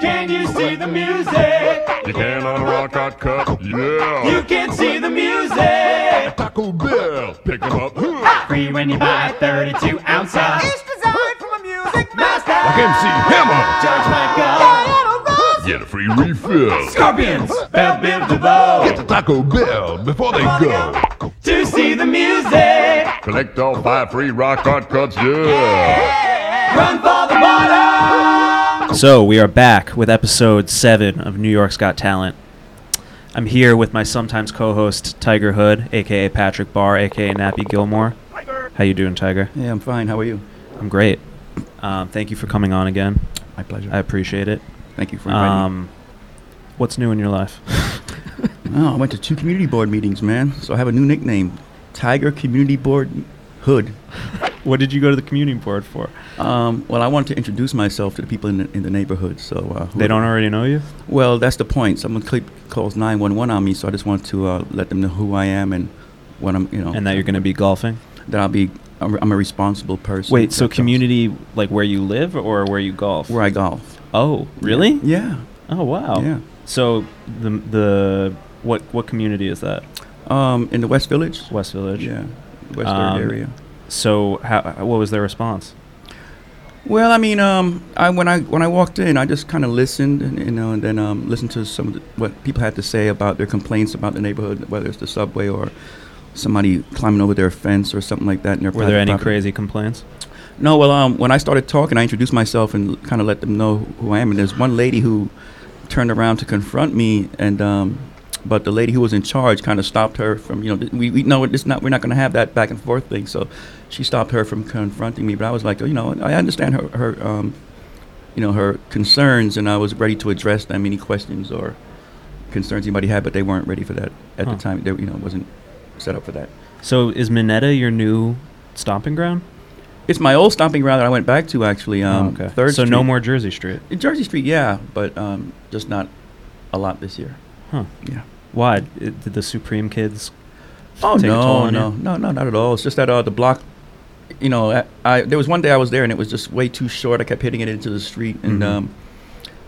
Can you see the music? You can on a rock hot cut. Yeah. You can see the music. Taco Bell. Pick 'em up. Huh. Free when you buy a 32 ounce of It's designed from a music master. Like MC Hammer. George Michael. Diana Ross. Get a free refill. Scorpions, Bell Biv Get DeVoe. to Taco Bell before they go. To see the music. Collect all five free rock hard cuts. Yeah. Run for the bottom. So we are back with episode seven of New York's Got Talent. I'm here with my sometimes co-host Tiger Hood, aka Patrick Barr, aka Nappy Gilmore. How you doing, Tiger? Yeah, I'm fine. How are you? I'm great. Um, thank you for coming on again. My pleasure. I appreciate it. Thank you for inviting Uh, Um, what's new in your life? me. Oh, I went to two community board meetings, man. So I have a new nickname, Tiger Community Board Hood. what did you go to the community board for? Um, well, I wanted to introduce myself to the people in the, in the neighborhood. So uh, who- They don't already know you. Well, that's the point. Someone click, calls 911 on me, so I just want to uh, let them know who I am and what I'm, you know, And that you're going to be golfing. that I'll be. I'm, I'm a responsible person. Wait, so That's- community like where you live or where you golf? Where I golf. Oh, really? Yeah. Oh, wow. Yeah. So the the what what community is that? Um, in the West Village. West Village. Yeah. West Um, Third area. So how what was their response? Well, I mean, um, I when I when I walked in, I just kind of listened, and you know, and then um, listened to some of the, what people had to say about their complaints about the neighborhood, whether it's the subway or somebody climbing over their fence or something like that. In their Were there private any property. crazy complaints? No, well, um, when I started talking, I introduced myself and kind of let them know who I am. And there's one lady who turned around to confront me, and um, but the lady who was in charge kind of stopped her from, you know, th- we, we know it's not we're not going to have that back and forth thing. So she stopped her from confronting me. But I was like, oh, you know, I understand her, her, um, you know, her concerns, and I was ready to address them any questions or concerns anybody had, but they weren't ready for that at Huh. the time. They, you know, wasn't set up for that. So is Minetta your new stomping ground? It's my old stomping ground that I went back to actually. Um, Oh, okay. Third so no Street. more Jersey Street. In Jersey Street, yeah, but um, just not a lot this year. Huh. Yeah. Why I- did the Supreme kids? Oh Take a toll no, on no, you? no, no, not at all. It's just that uh, the block, you know, I, I there was one day I was there and it was just way too short. I kept hitting it into the street, and Mhm. um,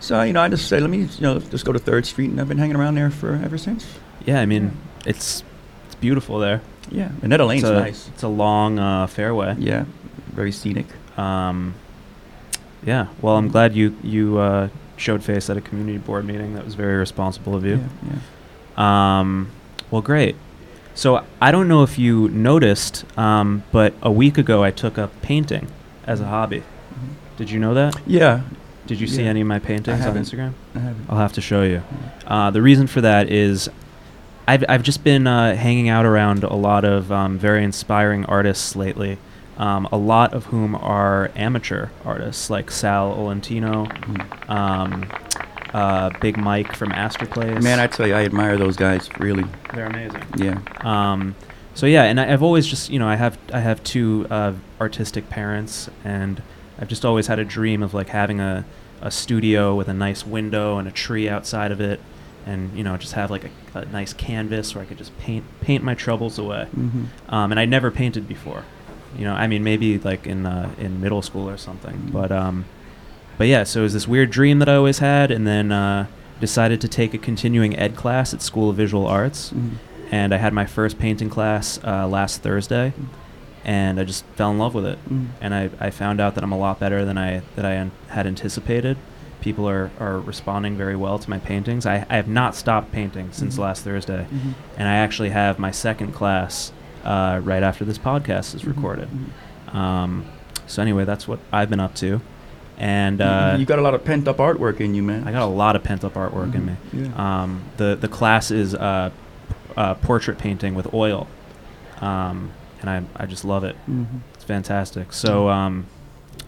so you know, I just said, let me, you know, just go to Third Street, and I've been hanging around there for ever since. Yeah, I mean it's it's beautiful there. Yeah, Minetta Lane's it's a, nice. It's a long uh, fairway. Yeah, very scenic. Um, yeah. Well, Mm-hmm. I'm glad you you uh, showed face at a community board meeting. That was very responsible of you. Yeah, yeah. Um, well, great. So I don't know if you noticed, um, but a week ago I took up painting as a hobby. Did you know that? yeah Did you see Mm-hmm. Yeah. any of my paintings on haven't. Instagram? I haven't. I'll have to show you. Uh, the reason for that is I've, I've just been uh, hanging out around a lot of um, very inspiring artists lately, um, a lot of whom are amateur artists, like Sal Olentino, Hmm. um, uh, Big Mike from Astroplace. Man, I tell you, I admire those guys really. they're amazing. Yeah. Um, so yeah, and I, I've always just you know I have I have two uh, artistic parents, and I've just always had a dream of like having a a studio with a nice window and a tree outside of it, and you know just have like a, a nice canvas where I could just paint paint my troubles away. hmm Um, and I'd never painted before, you know. I mean, maybe like in uh, in middle school or something, but um, but yeah. So it was this weird dream that I always had, and then uh, decided to take a continuing ed class at School of Visual Arts hmm and I had my first painting class uh, last Thursday, and I just fell in love with it. Mm. And I, I found out that I'm a lot better than I that I an- had anticipated. People are, are responding very well to my paintings. I, I have not stopped painting Mm-hmm. since last Thursday, and I actually have my second class uh, right after this podcast Mm-hmm. is recorded. Um, so anyway, that's what I've been up to, and uh, you got a lot of pent up artwork in you, man. I got a lot of pent up artwork in me. Yeah. Um, the the class is uh, uh, portrait painting with oil, um, and I I just love it. Mhm. It's fantastic. So um,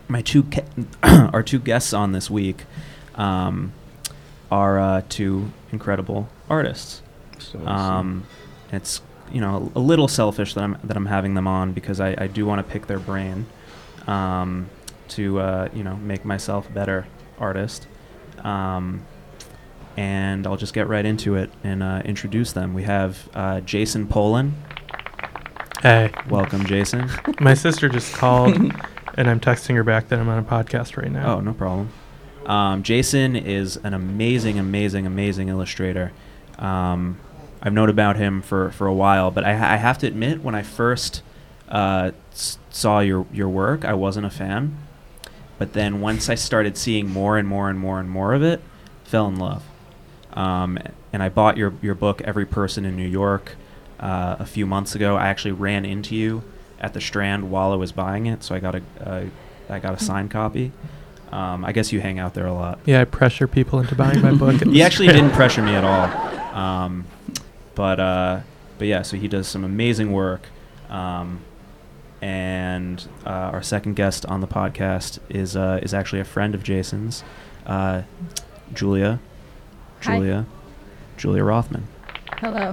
my two ca- our two guests on this week um, are uh, two incredible artists. So, Um, it's you know a little selfish that I'm that I'm having them on because I, I do want to pick their brain um, to uh, you know make myself a better artist. Um, and I'll just get right into it and uh, introduce them. We have uh, Jason Polin. Hey, Welcome, Jason. my sister just called, and I'm texting her back that I'm on a podcast right now. Oh, no problem. Um, Jason is an amazing, amazing, amazing illustrator. Um, I've known about him for, for a while, but I, ha- I have to admit, when I first uh, s- saw your, your work, I wasn't a fan. But then once I started seeing more and more and more and more of it, fell in love. Um, and I bought your, your book, Every Person in New York, uh, a few months ago. I actually ran into you at the Strand while I was buying it, so I got a, uh, I got a signed copy. Um, I guess you hang out there a lot. Yeah, I pressure people into buying my book. at He the actually Strand. didn't pressure me at all. Um, but uh, but yeah, so he does some amazing work. Um, and uh, our second guest on the podcast is uh, is actually a friend of Jason's, uh, Julia, Hi. Julia, Julia Rothman. Hello.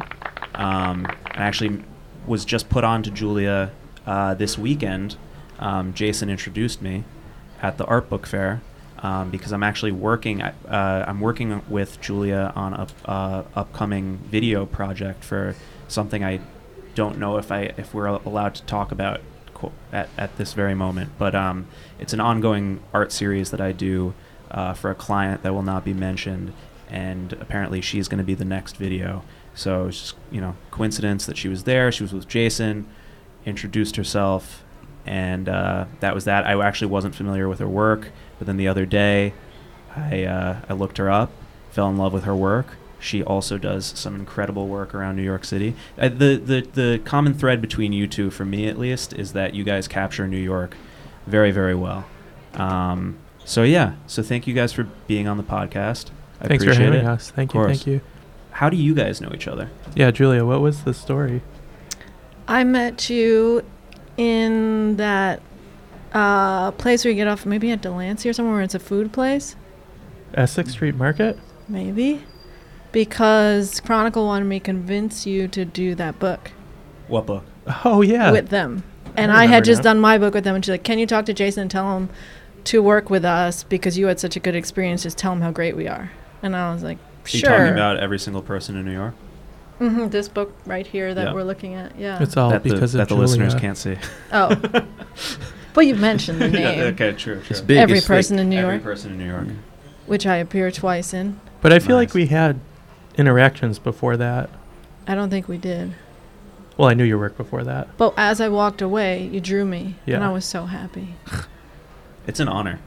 Um, I actually was just put on to Julia uh, this weekend. Um, Jason introduced me at the art book fair um, because I'm actually working. I- Uh, I'm working with Julia on a uh, upcoming video project for something I don't know if I if we're allowed to talk about qu- at at this very moment. But um, it's an ongoing art series that I do uh, for a client that will not be mentioned, and apparently she's going to be the next video. So it's just you know coincidence that she was there. She was with Jason, introduced herself, and uh, that was that. I actually wasn't familiar with her work, but then the other day, I uh, I looked her up, fell in love with her work. She also does some incredible work around New York City. Uh, the the the common thread between you two, for me at least, is that you guys capture New York very very well. Um, so yeah, so thank you guys for being on the podcast. I Thanks for appreciate having it. us. Thank Of you. course. Thank you. How do you guys know each other? Yeah, Julia, what was the story? I met you in that uh, place where you get off, maybe at Delancey or somewhere where it's a food place, Essex Street Market? maybe. Because Chronicle wanted me to convince you to do that book What book? Oh, yeah. with them. And I I, had remember just now. done my book with them, and she's like, Can you talk to Jason and tell him to work with us because you had such a good experience? Just tell him how great we are. And I was like, Are you talking Sure. about every single person in New York? hmm this book right here that Yeah. we're looking at. Yeah. It's all that the, Oh, because that of the Julia. listeners can't see. oh. but you mentioned the name, okay, true, true. It's big. Every it's thick. person in New Every York. person in New York. which I appear twice in. But I feel Nice. like we had interactions before that. I don't think we did. Well, I knew your work before that. But as I walked away, you drew me, and Yeah. I was so happy. It's an honor.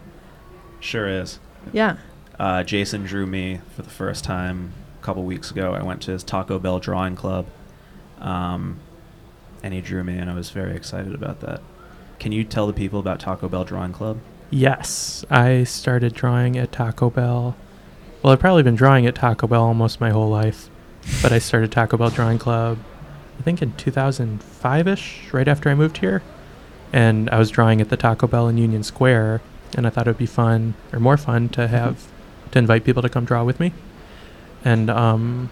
Sure is. Yeah. Uh, Jason drew me for the first time a couple weeks ago. I went to his Taco Bell drawing club, um, and he drew me, and I was very excited about that. Can you tell the people about Taco Bell Drawing Club? Yes, I started drawing at Taco Bell. Well, I've probably been drawing at Taco Bell almost my whole life, but I started Taco Bell Drawing Club, I think in 2005 ish, right after I moved here. And I was drawing at the Taco Bell in Union Square, and I thought it would be fun, or more fun, to have to invite people to come draw with me. And um,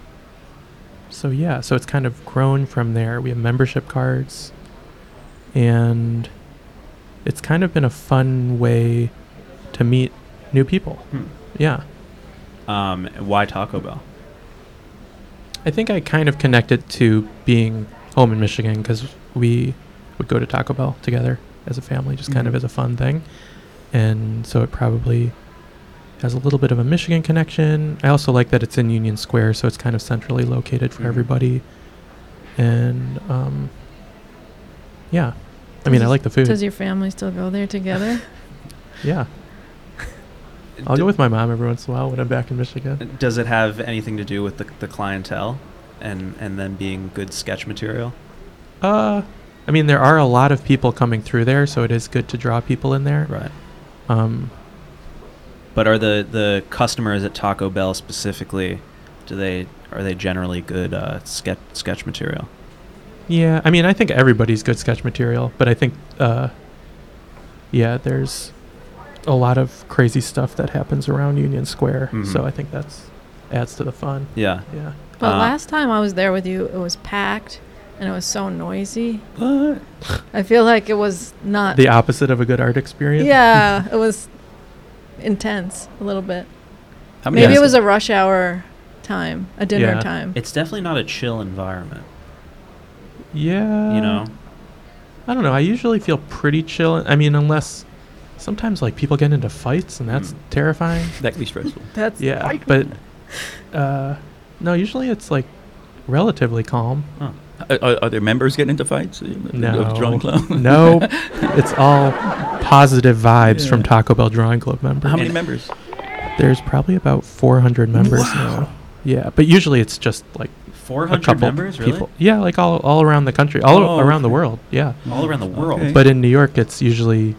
so, yeah, so it's kind of grown from there. We have membership cards, and it's kind of been a fun way to meet new people. Hmm. Yeah. Um, why Taco Bell? I think I kind of connected to being home in Michigan because we would go to Taco Bell together as a family, just kind of Mhm. as Mm-hmm. a fun thing. And so it probably has a little bit of a Michigan connection. I also like that it's in Union Square, so it's kind of centrally located for Mm-hmm. Mhm. everybody. And um, yeah, I mean, I Does- like the food. Does your family still go there together? yeah, I'll go with my mom every once in a while when I'm back in Michigan. Does it have anything to do with the, the clientele, and and then being good sketch material? Uh, I mean, there are a lot of people coming through there, so it is good to draw people in there. Right. Um, But are the the customers at Taco Bell specifically? Do they are they generally good uh, sketch sketch material? yeah, I mean, I think everybody's good sketch material, but I think, uh, yeah, there's a lot of crazy stuff that happens around Union Square, Mhm. so I think that's adds to the fun. Yeah. Yeah. But Uh, last time I was there with you, it was packed, and it was so noisy. What? I feel like it was not. The opposite of a good art experience. yeah, it was intense a little bit. How many Maybe guys- it was a rush hour time, a dinner Yeah. time. It's definitely not a chill environment. Yeah. you know, Uh, I don't know. I usually feel pretty chill. I mean, unless sometimes like people get into fights and that's Mm. terrifying. That can be stressful. That's Yeah, but uh, no, usually it's like relatively calm. Are, are, are their members getting into fights? uh, of the No. Drawing club? No, it's all positive vibes from Taco Bell Drawing Club members. How many members? There's probably about 400 members now. Yeah, but usually it's just like Four a hundred couple members, really, people. Yeah, like all, all around the country, all Oh, around the okay. world. Yeah. all around the world. Okay. But in New York, it's usually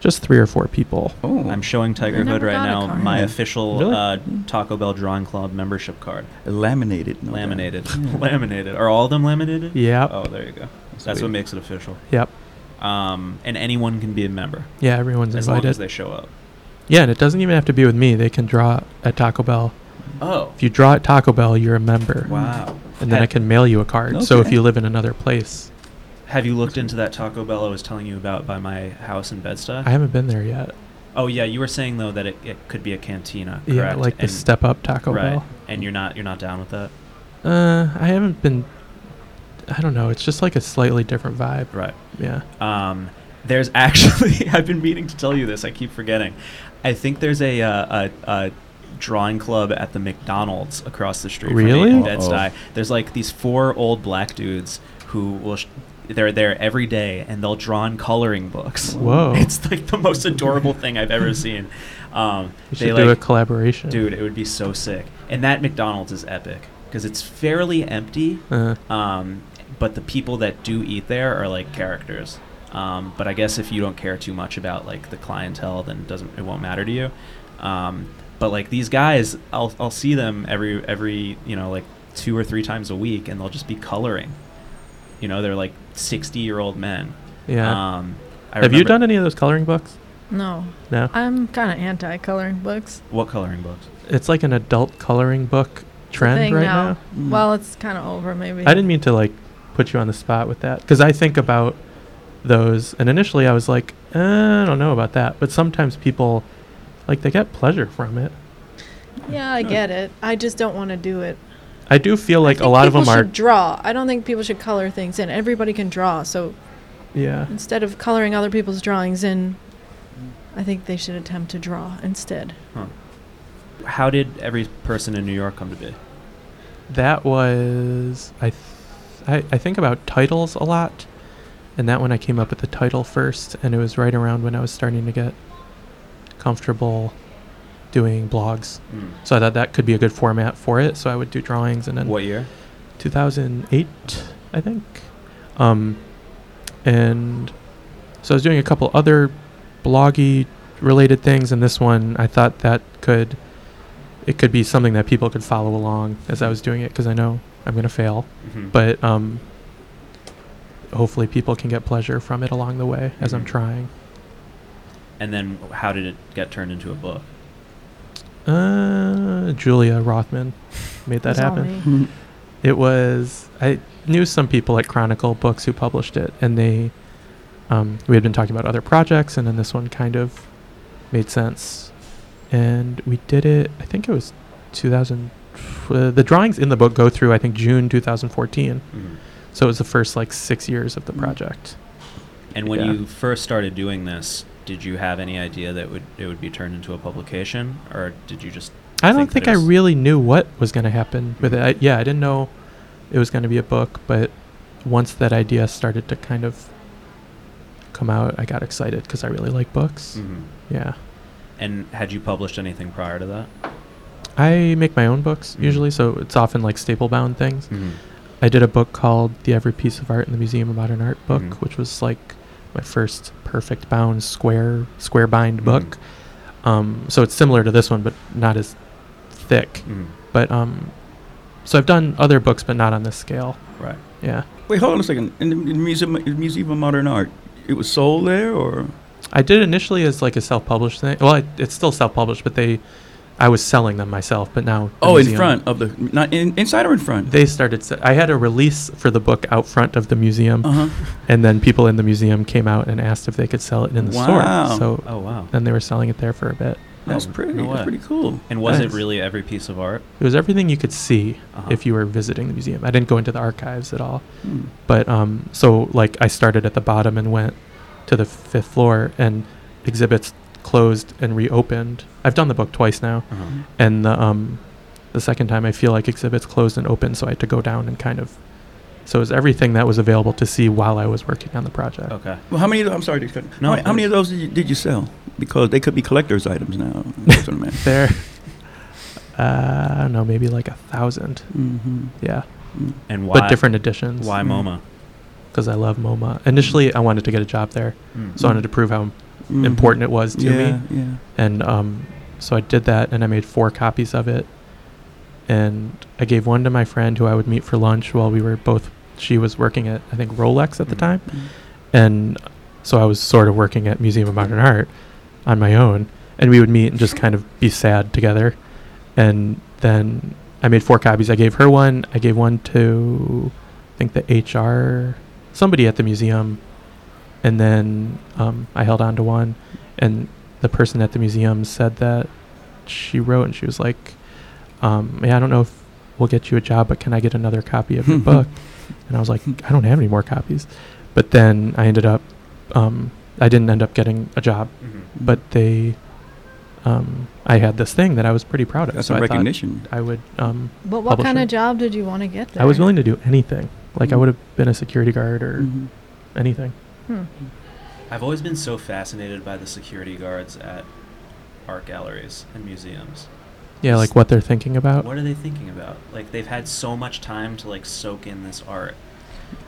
just three or four people. Oh, I'm showing Tiger I've Hood never right gotten a now card. my Yeah. official Really? uh, Taco Bell Drawing Club membership card, laminated. no doubt. laminated, laminated. Are all of them laminated? Yeah. Oh, there you go. That's Sweet. what makes it official. Yep. Um, and anyone can be a member Yeah, everyone's as long invited. as they show up. yeah, and it doesn't even have to be with me. They can draw at Taco Bell. Oh, If you draw at Taco Bell, you're a member. wow. And then I Had- can mail you a card. So if Okay. you live in another place, Have you looked into that Taco Bell I was telling you about by my house in Bed-Stuy? I haven't been there yet. oh yeah, you were saying though that it, it could be a cantina, correct? Yeah, like the And- step up Taco right. And you're not you're not down with that, Bell. Uh, I haven't been. I don't know. It's just like a slightly different vibe. right? Yeah. Um, there's actually I've been meaning to tell you this. I keep forgetting. I think there's a uh, a, a drawing club at the McDonald's across the street. from me Really? in Uh-oh. Bed-Stuy. There's like these four old black dudes who will. Sh- they're there every day, and they'll draw in coloring books. Whoa. It's like the most adorable thing I've ever seen. Um, We they should like do a collaboration. dude, it would be so sick. And that McDonald's is epic because it's fairly empty. Uh, Um, but the people that do eat there are like characters. Um, but I guess if you don't care too much about like the clientele, then it doesn't it won't matter to you. Um, but like these guys, I'll I'll see them every every you know like two or three times a week, and they'll just be coloring. You know, they're like sixty year old men. yeah. Um, I have you remember- done any of those coloring books? no. No. I'm kind of anti coloring books. what coloring books? It's like an adult coloring book trend thing right now. now. Mm. Well, it's kind of over, maybe. I didn't mean to like put you on the spot with that because I think about those, and initially I was like, eh, I don't know about that, but sometimes people like they get pleasure from it. Yeah, I get it. I just don't want to do it. I do feel I like a think lot of people them are. should draw. I don't think people should color things in. Everybody can draw, so Yeah, instead of coloring other people's drawings in, I think they should attempt to draw instead. How did every person in New York come to be? that was I, th- I. I think about titles a lot, and that one I came up with the title first, and it was right around when I was starting to get comfortable doing blogs. Mm. So I thought that could be a good format for it. So I would do drawings and then What year? 2008, I think. Um, and so I was doing a couple other bloggy related things, and this one I thought that could it could be something that people could follow along as I was doing it because I know I'm gonna fail, Mhm. but um, hopefully people can get pleasure from it along the way as I'm Mhm. trying. and then how did it get turned into a book? Uh, Julia Rothman made that It's all happen. me. Mm. It was I knew some people at Chronicle Books who published it, and they um, we had been talking about other projects, and then this one kind of made sense, and we did it. I think it was 2000. Uh, the drawings in the book go through I think June 2014, so it was the first like six years of the Mm. project. And when Yeah. you first started doing this, did you have any idea that would it would be turned into a publication, or did you just I don't Think think I there's- really knew what was going to happen with it. I, yeah, I didn't know it was going to be a book, but once that idea started to kind of come out, I got excited because I really like Mm. books. Yeah. and had you published anything prior to that? I make my own books Mm-hmm. Mhm. usually, so it's often like staple bound things. I did a book called The Every Piece of Art in the Museum of Modern Art book, Mm-hmm. Mhm. which was like my first perfect bound square square bind Mhm. Mm-hmm. book. Um, so it's similar to this one, but not as thick. Mm-hmm. But um, so I've done other books, but not on this scale. Right. Yeah, Wait, hold on a second. In the, in the museum, in the Museum of Modern Art, it was sold there, or I did initially as like a self-published thing. Well, it, it's still self-published, but they, I was selling them myself. But now, the oh, in museum- front of the not in, inside or in front. They started. se- I had a release for the book out front of the museum, uh huh. and then people in the museum came out and asked if they could sell it in the Wow. store. So Oh wow. then they were selling it there for a bit. That's Oh, pretty. no way. that's pretty cool. And was Nice. it really every piece of art? It was everything you could see Uh-huh. if you were visiting the museum. I didn't go into the archives at all. Hmm. but um so like i started at the bottom and went to the fifth floor and exhibits closed and reopened. I've done the book twice now, Mm-hmm. Uh-huh. and the um, the second time I feel like exhibits closed and open, so I had to go down and kind of. So it was everything that was available to see while I was working on the project. Okay. Well, how many? Of, I'm sorry. to cut- No, how, many- how many of those did you, did you sell? Because they could be collectors' items now. That's what I meant. There, uh, I don't know, maybe like a thousand. Mm-hmm. Yeah, And why? but different Mm-hmm. editions. Why Hmm. MoMA? Because I love MoMA. Initially, I wanted to get a job there, Mm. so I wanted to prove how important it was to me. Mm-hmm. yeah, Yeah. and um, so I did that, and I made four copies of it, and I gave one to my friend who I would meet for lunch while we were both. She was working at I think Rolex at the Mhm. time, Mhm. and so I was sort of working at Museum of Modern Art on my own, and we would meet and just kind of be sad together, and then I made four copies. I gave her one. I gave one to I think the HR somebody at the museum, and then um, I held on to one, and the person at the museum said that she wrote and she was like, um, "Yeah, I don't know if we'll get you a job, but can I get another copy of your book?" And I was like, "I don't have any more copies," but then I ended up, um, I didn't end up getting a job, Mhm. but they, um, I had this thing that I was pretty proud of. That's so some I thought recognition. I would. Um, But what kind Publisher. of job did you want to get there? I was willing to do anything. Like I Mm. would have been a security guard or Mhm. anything. I've always been so fascinated by the security guards at art galleries and museums. Yeah, like what they're thinking about. What are they thinking about? Like they've had so much time to like soak in this art.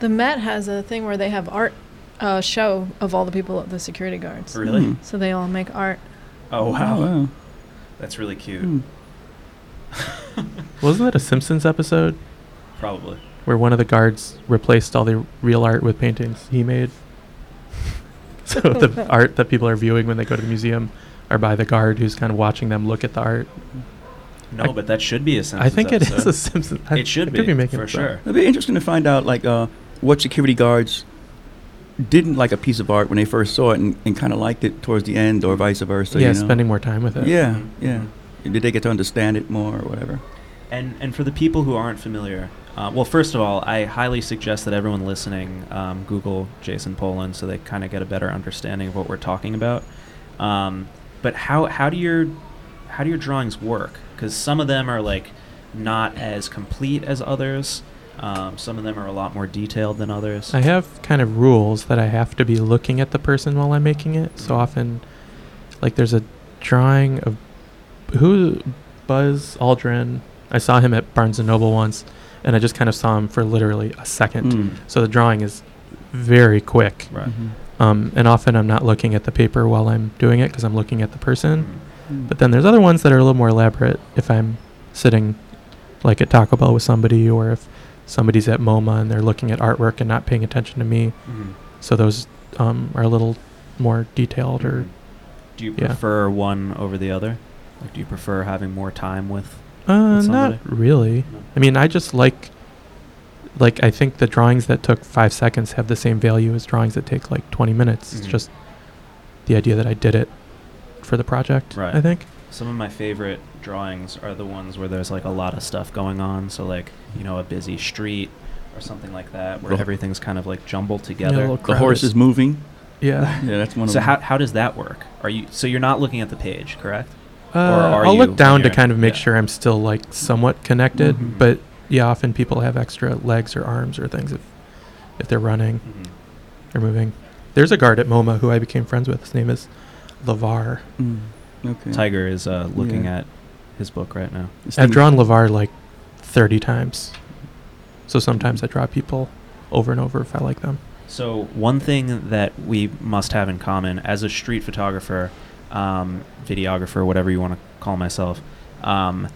The Met has a thing where they have art uh, show of all the people at the security guards. Mm-hmm. Really? Mm. So they all make art. Oh wow. Oh, wow. That's really cute. Mm. Wasn't that a Simpsons episode Probably. where one of the guards replaced all the real art with paintings he made? so the art that people are viewing when they go to the museum are by the guard who's kind of watching them look at the art. No, I- but that should be a Simpsons I think it is episode. a Simpsons. I, it should I be, could be making for this up. sure. It'd be interesting to find out, like, uh, what security guards didn't like a piece of art when they first saw it and, and kind of liked it towards the end, or vice versa. yeah, you know? spending more time with it. uh, Yeah, Mhm. yeah. Did they get to understand it more or whatever? And and for the people who aren't familiar, uh, well, first of all, I highly suggest that everyone listening um, Google Jason Poland so they kind of get a better understanding of what we're talking about. Um, but how how do your how do your drawings work? Because some of them are like not as complete as others. Um, some of them are a lot more detailed than others. I have kind of rules that I have to be looking at the person while I'm making it. So Mhm. often, like there's a drawing of who Buzz Aldrin. I saw him at Barnes and Noble once, and I just kind of saw him for literally a second. Mm. So the drawing is very quick. Right. Um, and often I'm not looking at the paper while I'm doing it because I'm looking at the person. Mhm. Mhm. But then there's other ones that are a little more elaborate if I'm sitting like at Taco Bell with somebody or if somebody's at MoMA and they're looking at artwork and not paying attention to me. Mhm. So those um, are a little more detailed or Do you Yeah. prefer one over the other? Like, do you prefer having more time with? uh, Mm-hmm. With somebody? not really. No. I mean, I just like like I think the drawings that took five seconds have the same value as drawings that take like 20 minutes. It's Mhm. just the idea that I did it for the project. Right. I think. Some of my favorite drawings are the ones where there's like a lot of stuff going on. So like you know a busy street or something like that, where The- everything's kind of like jumbled together. little The horse is moving. Yeah. Yeah, that's one so of how, how does that work? Are you so you're not looking at the page, correct? Uh, are I'll you look down when to you're- kind of make yeah. sure I'm still like somewhat connected, Mhm. but yeah, often people have extra legs or arms or things if if they're running or moving. There's a guard at MoMA who I became friends with. His name is Lavar. Mm. Okay. Tiger is uh, looking Yeah. at his book right now. This I've thing- drawn Lavar like 30 times. So sometimes I draw people over and over if I like them. So one thing that we must have in common as a street photographer, um, videographer, whatever you want to call myself, um,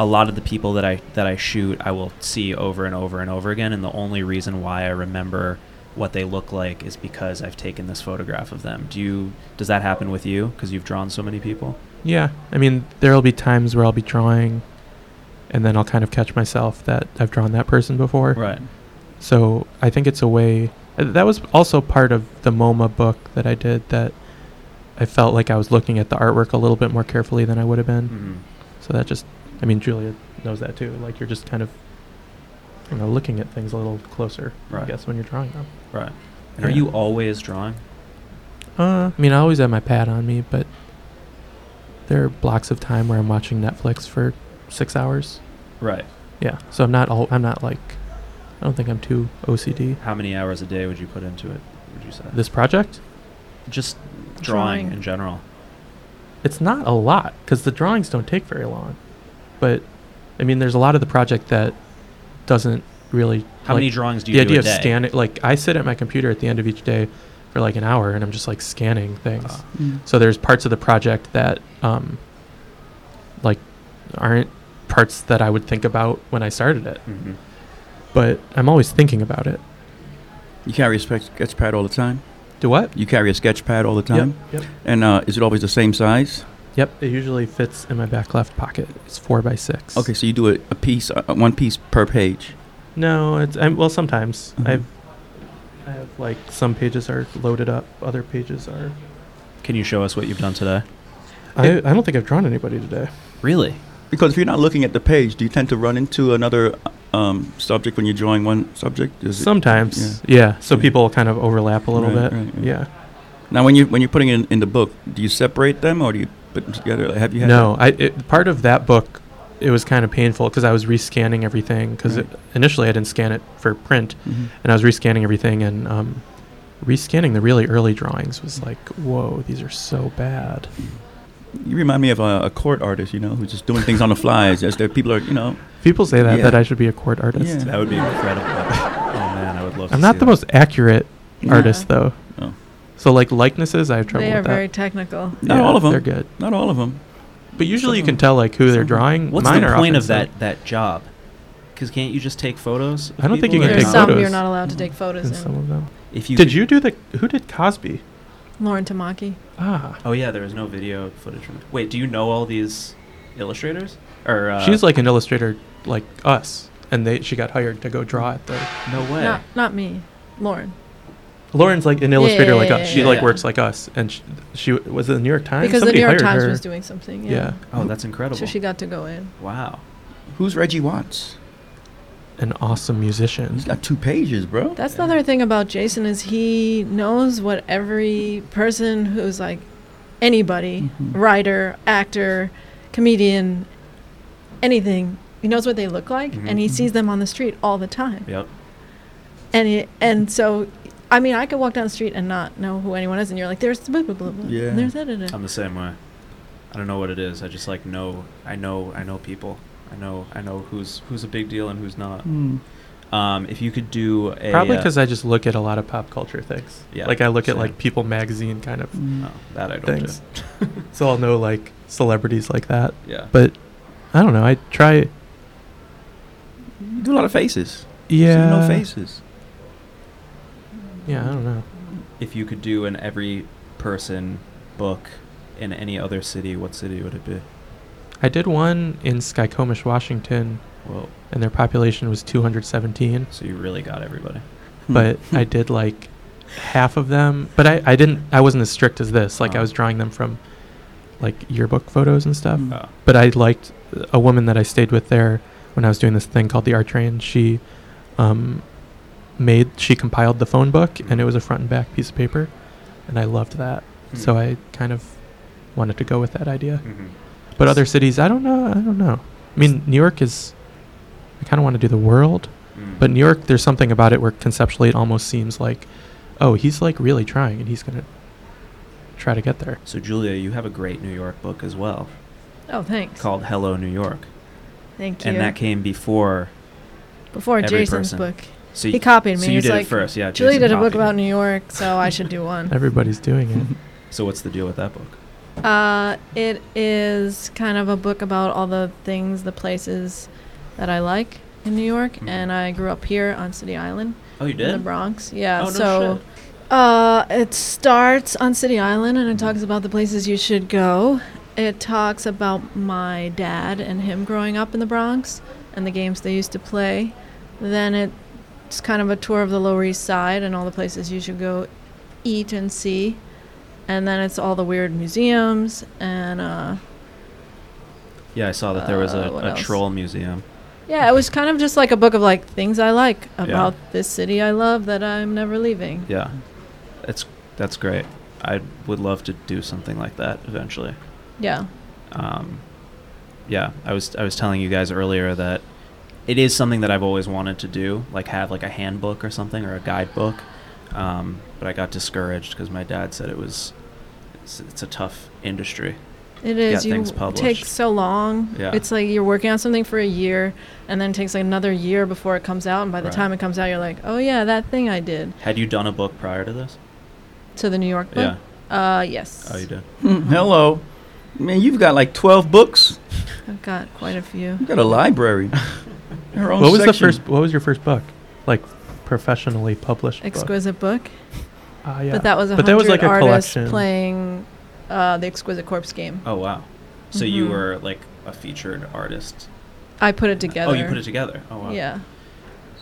a lot of the people that I that I shoot, I will see over and over and over again, and the only reason why I remember what they look like is because I've taken this photograph of them. Do you? Does that happen with you? Because you've drawn so many people. Yeah, I mean, there'll be times where I'll be drawing and then I'll kind of catch myself that I've drawn that person before. Right. So I think it's a way. uh, That was also part of the MoMA book that I did that I felt like I was looking at the artwork a little bit more carefully than I would have been. hmm So that just, I mean, Julia knows that too. Like you're just kind of, you know, looking at things a little closer, I Right. guess, when you're drawing them. Right. And are Yeah. you always drawing? Uh, I mean, I always have my pad on me, but there are blocks of time where I'm watching Netflix for six hours. Right. Yeah, so I'm not all. I'm not like. I don't think I'm too OCD. How many hours a day would you put into it? Would you say This project, just drawing, Drawing. in general? it's not a lot because the drawings don't take very long. But, I mean, there's a lot of the project that doesn't really. How like, many drawings do you the do a idea of day? scanning like i sit at my computer at the end of each day for like an hour and i'm just like scanning things Ah. Mm. so there's parts of the project that um like aren't parts that i would think about when i started it Mhm. but i'm always thinking about it You carry a sketch, sketch pad all the time. do what You carry a sketch pad all the time. yep yep And uh, is it always the same size? yep it usually fits in my back left pocket it's four by six Okay, so you do a, a piece, uh, one piece per page. no it's i well sometimes Mhm. i've i have like some pages are loaded up other pages are Can you show us what you've done today? I, I don't think i've drawn anybody today Really? Because if you're not looking at the page, do you tend to run into another um, subject when you're drawing one subject? Is it- Sometimes, yeah. So Yeah. people kind of overlap a little Right, bit. right, right. Yeah. Now, when you when you're putting it in, in the book, do you separate them or do you put them together? Have you had No, I it, part of that book, it was kind of painful because I was rescanning everything because Right. initially I didn't scan it for print, Mhm. and I was rescanning everything and um, rescanning the really early drawings was like, whoa, these are so bad. You remind me of a, a court artist, you know, who's just doing things on the fly. As there, people are, you know, People say that Yeah. that I should be a court artist. Yeah. That would be incredible. oh man, I would love. I'm to not see the that. most accurate Yeah. artist though. Oh. So like likenesses, I have trouble They are with very that. technical. not all of them. They're good, Not all of them. but usually you Some- can tell like who they're some- drawing. What's Mine the are point of often so- that that job? Because can't you just take photos? of I don't think you people can or There's take some photos. you're not allowed to take photos in some in. of them. If you did could- you do the? Who did Cosby? Lauren Tamaki. Ah, Oh yeah, there was no video footage from it. Wait, do you know all these illustrators? Or uh, she's like an illustrator like us, and they she got hired to go draw at the. no way. Not, not me. Lauren. Lauren's like an illustrator like yeah, us. yeah, she yeah, like yeah. works like us, and she, she was it the New York Times. Because the Somebody New York hired Times her. was doing something. yeah. Yeah. Oh, that's incredible. So she got to go in. wow. Who's Reggie Watts? an awesome musician. He's got two pages, bro. That's the other thing about Jason is he knows what every person who's like anybody, Mm-hmm. Mhm. writer, actor, comedian, anything. He knows what they look like Mhm. and he Mhm. sees them on the street all the time. Yep. And it, and so I mean, I could walk down the street and not know who anyone is and you're like there's blah blah blah. blah and Yeah. There's that. and that. I'm the same way. I don't know what it is. I just like know. I know. I know people. I know. I know who's who's a big deal and who's not. Hmm. Um, if you could do a Probably uh, because I just look at a lot of pop culture things. Yeah, like I look same. at like People magazine kind of, oh, that I don't Thanks. do. so I'll know like celebrities like that. Yeah. But I don't know. I try. You do a lot of faces. So Yeah. you know faces. Yeah, I don't know. if you could do an every person book in any other city, what city would it be? I did one in Skycomish, Washington, Well, and their population was 217. so you really got everybody. But I did like half of them. But I, I didn't. I wasn't as strict as this. Like I Oh. was drawing them from like yearbook photos and stuff. Mm. Oh, But I liked uh, a woman that I stayed with there when I was doing this thing called the Art Train. She um, made she compiled the phone book, and it was a front and back piece of paper, and I loved that. So I kind of wanted to go with that idea. Mhm. But other cities, I don't know. I don't know. I mean, New York is. I kind of want to do the world, Mm. but New York, there's something about it where conceptually it almost seems like, oh, he's like really trying and he's gonna try to get there. So Julia, you have a great New York book as well Oh, thanks. called Hello New York, Thank you. and that came before. Before every Jason's person. book. So He you, copied me. so He you was did like, it first, yeah. Julie Jason did a book copied you. about New York, so I should do one. Everybody's doing it. So what's the deal with that book? Uh, it is kind of a book about all the things, the places that I like in New York, Mhm. and I grew up here on City Island Oh, you in the did. Bronx. Yeah, oh no so uh, it starts on City Island, and it talks about the places you should go. It talks about my dad and him growing up in the Bronx and the games they used to play. Then it's kind of a tour of the Lower East Side and all the places you should go eat and see. And then it's all the weird museums and uh, shit. Yeah, I saw that there was Uh, a, what a else? troll museum. yeah, it was kind of just like a book of like things I like Yeah. about this city I love that I'm never leaving. Yeah, it's that's great. I would love to do something like that eventually. Yeah. Um, yeah, I was I was telling you guys earlier that it is something that I've always wanted to do, like have like a handbook or something or a guidebook. Um, but I got discouraged because my dad said it was it's, it's a tough industry. It is. Get you things it published. takes so long. Yeah. It's like you're working on something for a year, and then it takes like another year before it comes out. And by the Right. time it comes out, you're like, oh yeah, that thing I did Had you done a book prior to this? to the New York yeah. book. Uh, yes. Oh, you did. Hmm, hello. Man, you've got like 12 books. I've got quite a few. You've got a library. Your own What was the section. first? What was your first book? Like professionally published. Book. Exquisite book, Ah, yeah. but that was a But that was like hundred a artists collection. playing uh, the Exquisite Corpse game. Oh wow. So you Mhm. were like a featured artist. I put it together. Oh, you put it together. Oh wow. Yeah.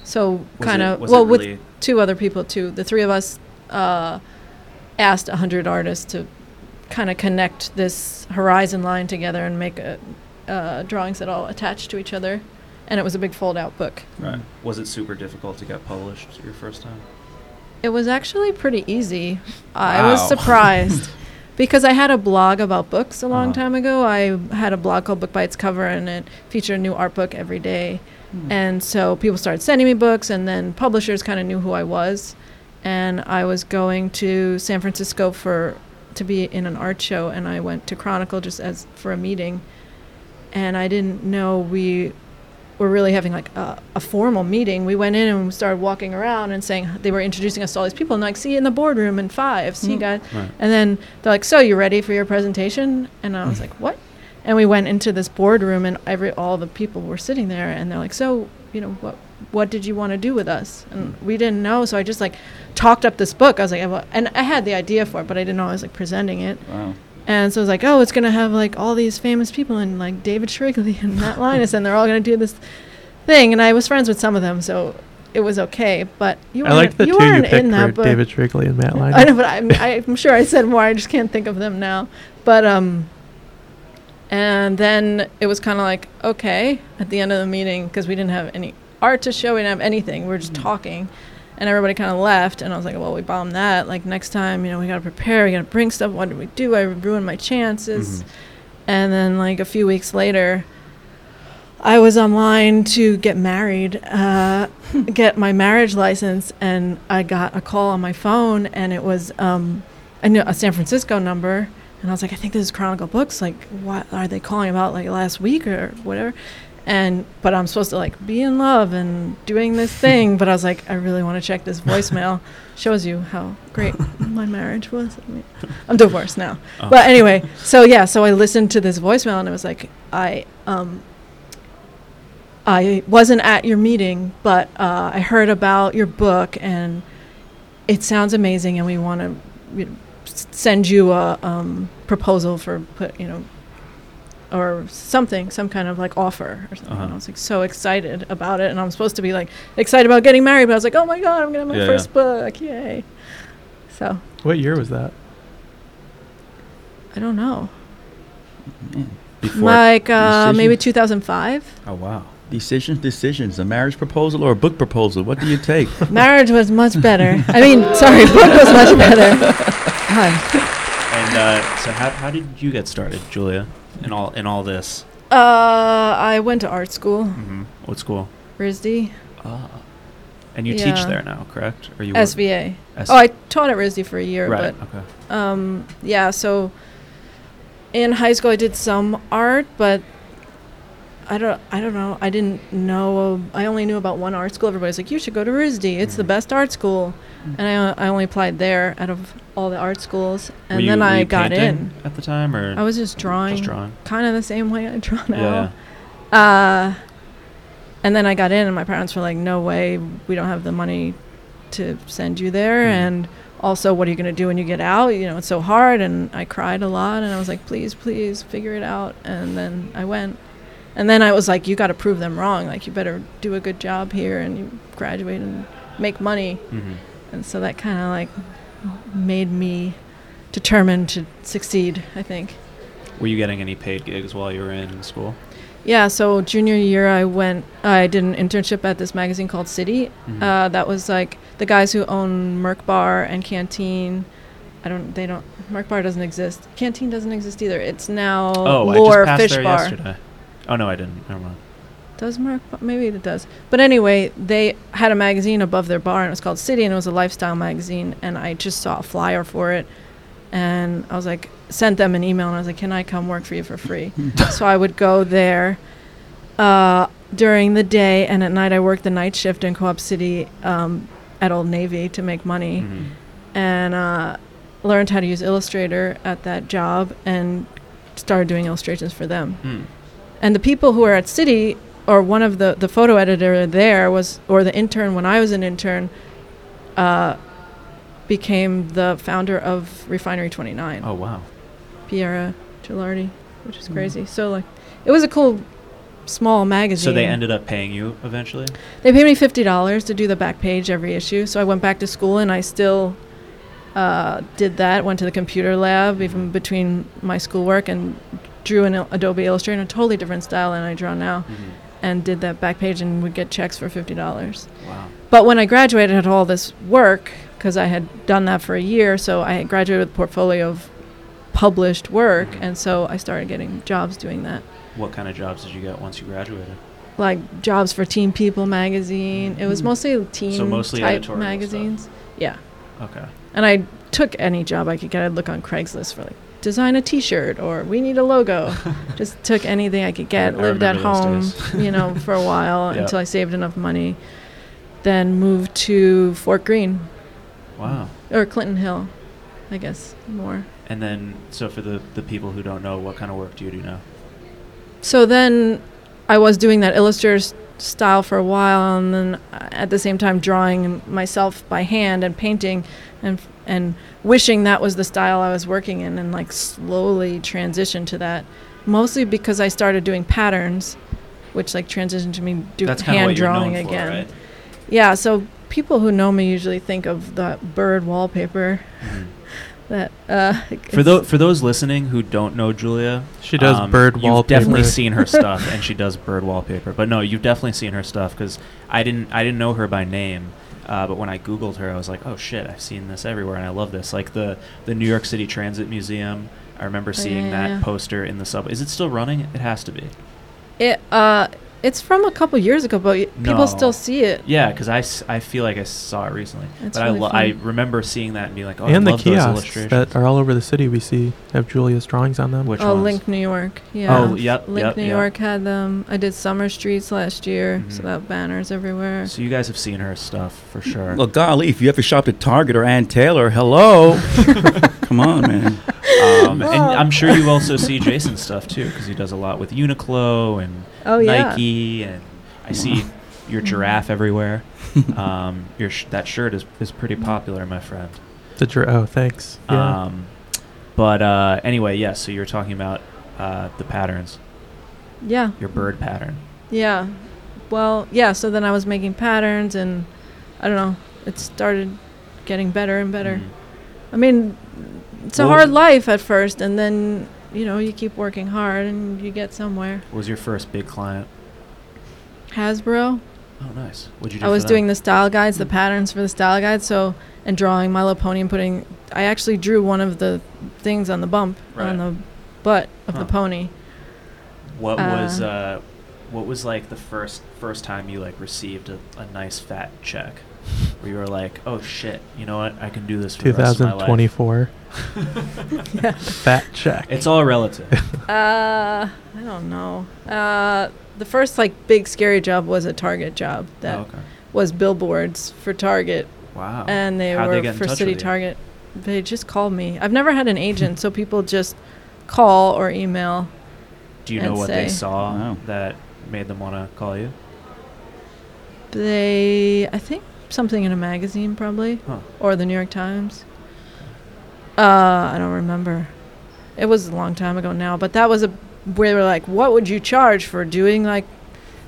So Was kind it- of was well it with really- two other people too. The three of us uh, asked 100 artists to kind of connect this horizon line together and make a, uh, drawings that all attach to each other. And it was a big fold out book. Right. Was it super difficult to get published your first time? It was actually pretty easy. I was Wow. surprised because I had a blog about books a long Uh-huh. time ago. I had a blog called Book by Its Cover, and it featured a new art book every day. Hmm. And so people started sending me books, and then publishers kind of knew who I was. And I was going to San Francisco for to be in an art show, and I went to Chronicle just as for a meeting. And I didn't know we were really having like a, a formal meeting. We went in and we started walking around and saying they were introducing us to all these people and like, see you in the boardroom in five, see you guys. Right. And then they're like, so you ready for your presentation? And I was like, what? And we went into this boardroom and every all the people were sitting there and they're like, so you know what? What did you want to do with us? And we didn't know, so I just like talked up this book. I was like, I wa- and I had the idea for it, but I didn't know I was like presenting it. Wow. And so I was like, oh, it's gonna have like all these famous people and like David Shrigley and Matt Linus, and they're all gonna do this thing. And I was friends with some of them, so it was okay. But you I like weren't, the you two you weren't picked in were that book. David Shrigley and Matt I know, Leinart. but I'm, I'm sure I said more. I just can't think of them now. But um, and then it was kind of like okay at the end of the meeting because we didn't have any art to show. We didn't have anything. We were just talking, and everybody kind of left. And I was like, well, we bombed that. Like next time, you know, we gotta prepare. We gotta bring stuff. What did we do? I ruined my chances. And then like a few weeks later. I was online to get married, uh, get my marriage license, and I got a call on my phone, and it was um, I knew a San Francisco number, and I was like, I think this is Chronicle Books. Like, what are they calling about? Like last week or whatever. And but I'm supposed to like be in love and doing this thing, but I was like, I really want to check this voicemail. Shows you how great my marriage was. I mean, I'm divorced now, Oh. but anyway. So yeah, so I listened to this voicemail, and it was like, I um, I wasn't at your meeting, but uh, I heard about your book, and it sounds amazing, and we want to you know, s- send you a um, proposal for put you know or something, some kind of like offer or something. Uh-huh. And I was like so excited about it, and I'm supposed to be like excited about getting married, but I was like, oh my god, I'm gonna have my Yeah, first book, yay! So What year was that? I don't know, Mm. Before like uh, decision? maybe 2005. Oh wow. Decisions, decisions. A marriage proposal or a book proposal? What do you take? Marriage was much better. I mean, sorry, book was much better. God. And uh, so how, how did you get started, Julia? In all in all this, Uh, I went to art school, mm-hmm. what school? RISD, And you Yeah. teach there now, correct? Or you were- SVA. S- Oh, I taught at RISD for a year, right. Okay. but um, yeah. So in high school, I did some art, but I don't, I don't know. I didn't know. I only knew about one art school. Everybody's like, you should go to RISD. It's the Mm-hmm. best art school, and I, I only applied there out of all the art schools, and Were you- then were I you got painting at the time, or in. I was just drawing, just drawing. kind of the same way I draw now. Yeah. Uh, and then I got in, and my parents were like, "No way, we don't have the money to send you there." Mm. And also, what are you going to do when you get out? You know, it's so hard. And I cried a lot, and I was like, "Please, please, figure it out." And then I went, and then I was like, "You got to prove them wrong. Like, you better do a good job here, and you graduate and make money." hmm And so that kind of like made me determined to succeed. I think. Were you getting any paid gigs while you were in school? Yeah, so junior year, I went, I did an internship at this magazine called City. Mhm. Uh, that was like the guys who own Merck Bar and Canteen I don't. They don't. Mark Bar doesn't exist. Canteen doesn't exist either. It's now Oh, Lore I just passed Fish there Bar. yesterday. Oh no, I didn't. Never mind. Does Mark? Bar- Maybe it does. But anyway, they had a magazine above their bar, and it was called City, and it was a lifestyle magazine. And I just saw a flyer for it, and I was like, sent them an email, and I was like, "Can I come work for you for free?" so I would go there uh, during the day, and at night I worked the night shift in Co-op City um, at Old Navy to make money Mhm. and uh, learned how to use Illustrator at that job and started doing illustrations for them. Hmm. And the people who were at City, or one of the, the photo editor there was, or the intern when I was an intern, uh, became the founder of Refinery 29, Oh wow. Piera Gilardi, which Mm. is crazy. So like, it was a cool small magazine. So they ended up paying you eventually. They paid me fifty dollars to do the back page every issue, so I went back to school and I still uh, did that. Went to the computer lab even between my schoolwork and drew in Il- Adobe Illustrator, in a totally different style than I draw now, Mm-hmm. and did that back page and would get checks for fifty dollars. Wow. But when I graduated, I had all this work because I had done that for a year, so I had graduated with a portfolio of published work, Mhm. and so I started getting jobs doing that What kind of jobs did you get once you graduated? like jobs for Teen People magazine. It was mostly teen Hmm. mostly type editorial magazines. Yeah, Okay. and I took any job I could get. I'd look on Craigslist for like design a T-shirt or we need a logo. Just took anything I could get. I lived at remember home, those you know, for a while Yeah. until I saved enough money. Then moved to Fort Greene Wow. or Clinton Hill, I guess more. And then, so for the the people who don't know, what kind of work do you do now? So then I was doing that illustrator s- style for a while and then uh, at the same time drawing myself by hand and painting and f- and wishing that was the style I was working in and like slowly transition to that mostly because I started doing patterns which like transitioned to me do That's kind of hand what you're drawing known for, again. right? Yeah, so people who know me usually think of the bird wallpaper Mhm. that uh For it's- those for those listening who don't know Julia, She does um, bird wallpaper. You've definitely seen her stuff, and she does bird wallpaper. But no, you've definitely seen her stuff because I didn't I didn't know her by name. Uh, but when I Googled her, I was like, oh shit, I've seen this everywhere, and I love this. Like the the New York City Transit Museum. I remember seeing Oh, yeah, that yeah. poster in the subway. Is it still running? It has to be. it uh it's from a couple years ago but y- people No. still see it Yeah, because I, s- I feel like I saw it recently. That's but I, really lo- I fun. remember seeing that and being like, oh, and I the love those kiosks illustrations. that are all over the city we see have Julia's drawings on them. Which oh, ones? Link New York. Yeah. Oh, yep, Link yep, New yep. York had them. I did Summer Streets last year, so Mhm. that banners everywhere. So you guys have seen her stuff for sure. Well, golly, if you ever shopped at Target or Ann Taylor, hello. Come on, man. Um, and Oh. I'm sure you also see Jason's stuff too, because he does a lot with Uniqlo and Oh yeah. Nike, and I see your giraffe everywhere. Um, your sh- that shirt is, is pretty popular, my friend. The dra- oh, thanks. Yeah. Um, but uh, anyway, yes. so you were talking about uh, the patterns, Yeah. your bird pattern. Yeah. Well, yeah. So then I was making patterns, and I don't know. It started getting better and better. Mhm. I mean, it's a Well- hard life at first, and then you know you keep working hard and you get somewhere. What was your first big client? Hasbro. Oh, nice. What'd you do? I was doing the style guides, the patterns for the style guides, so and drawing My Little Pony and putting. I actually drew one of the things on the bump Right. on the butt of Huh. the pony. What uh, was uh, what was like the first first time you like received a, a nice fat check? Where you were like, oh shit, you know what? I can do this for the rest of my life. 2024. Fat check. It's all relative. Uh, I don't know. Uh, the first like big scary job was a Target job that Oh, okay. was billboards for Target, Wow. and they How'd they were get in for touch City with you? Target. They just called me. I've never had an agent, so people just call or email. do you know I'd what they say- saw Wow. that made them want to call you? They, I think, something in a magazine probably, Huh. or the New York Times. Uh, I don't remember. It was a long time ago now, but that was a where they were like, "What would you charge for doing like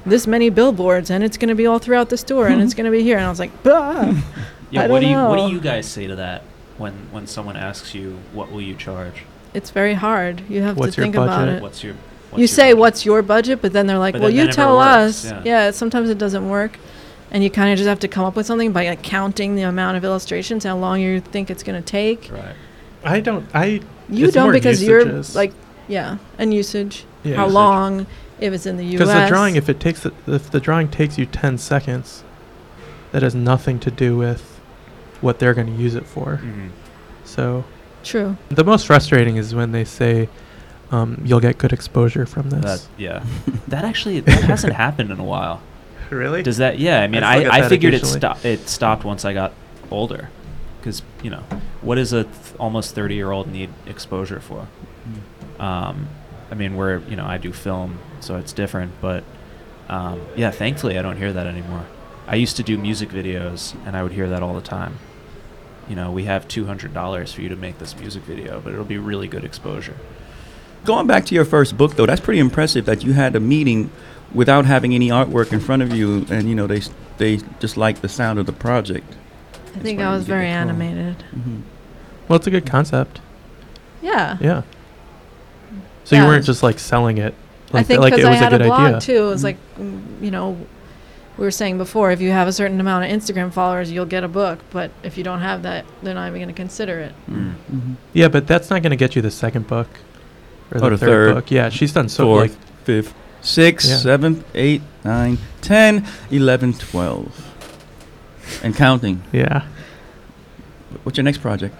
this many billboards?" And it's going to be all throughout the store, and it's going to be here. And I was like, "Bah." Yeah. I what don't do you What know. do you guys say to that when when someone asks you what will you charge? "It's very hard. You have What's to your think about budget? it." What's your what's Uh, you your say, budget? "What's your budget?" But then they're like, But "Well, then you that never tell works, us." yeah. sometimes it doesn't work, and you kind of just have to come up with something by like counting the amount of illustrations, how long you think it's going to take. Right. I don't. I You It's don't more because usages. you're like, yeah, and usage. Yeah, how usage. long? If it's in the U.S. because the drawing, if it takes, the, if the drawing takes you ten seconds, that has nothing to do with what they're going to use it for. Mhm. So True. the most frustrating is when they say um, you'll get good exposure from That, this. yeah, that actually that hasn't happened in a while. really? Does that? Yeah, I mean, I I, forget I, that figured it occasionally. stopped. It stopped once I got older, because you know, what does a th- almost thirty year old need exposure for? Um, I mean, we're you know, I do film, so it's different. But um, yeah, thankfully, I don't hear that anymore. I used to do music videos, and I would hear that all the time. You know, we have two hundred dollars for you to make this music video, but it'll be really good exposure. Going back to your first book, though, that's pretty impressive that you had a meeting without having any artwork in front of you, and you know they s- they just like the sound of the project. I think why I you was get the very call. animated. Mm-hmm. well, it's a good concept. Yeah. Yeah. So Yeah. you weren't just like selling it. I Like, think like because it I was had a a, good blog idea. Mm-hmm. too. It was like, mm, you know, we were saying before, if you have a certain amount of Instagram followers, you'll get a book. But if you don't have that, they're not even going to consider it. Mm-hmm. Yeah, but that's not going to get you the second book or the, Or the third, third, book. Yeah, she's done so Fourth, like fifth, sixth, Yeah. seventh, eighth, nine, ten, eleven, twelve, and counting. yeah. What's your next project?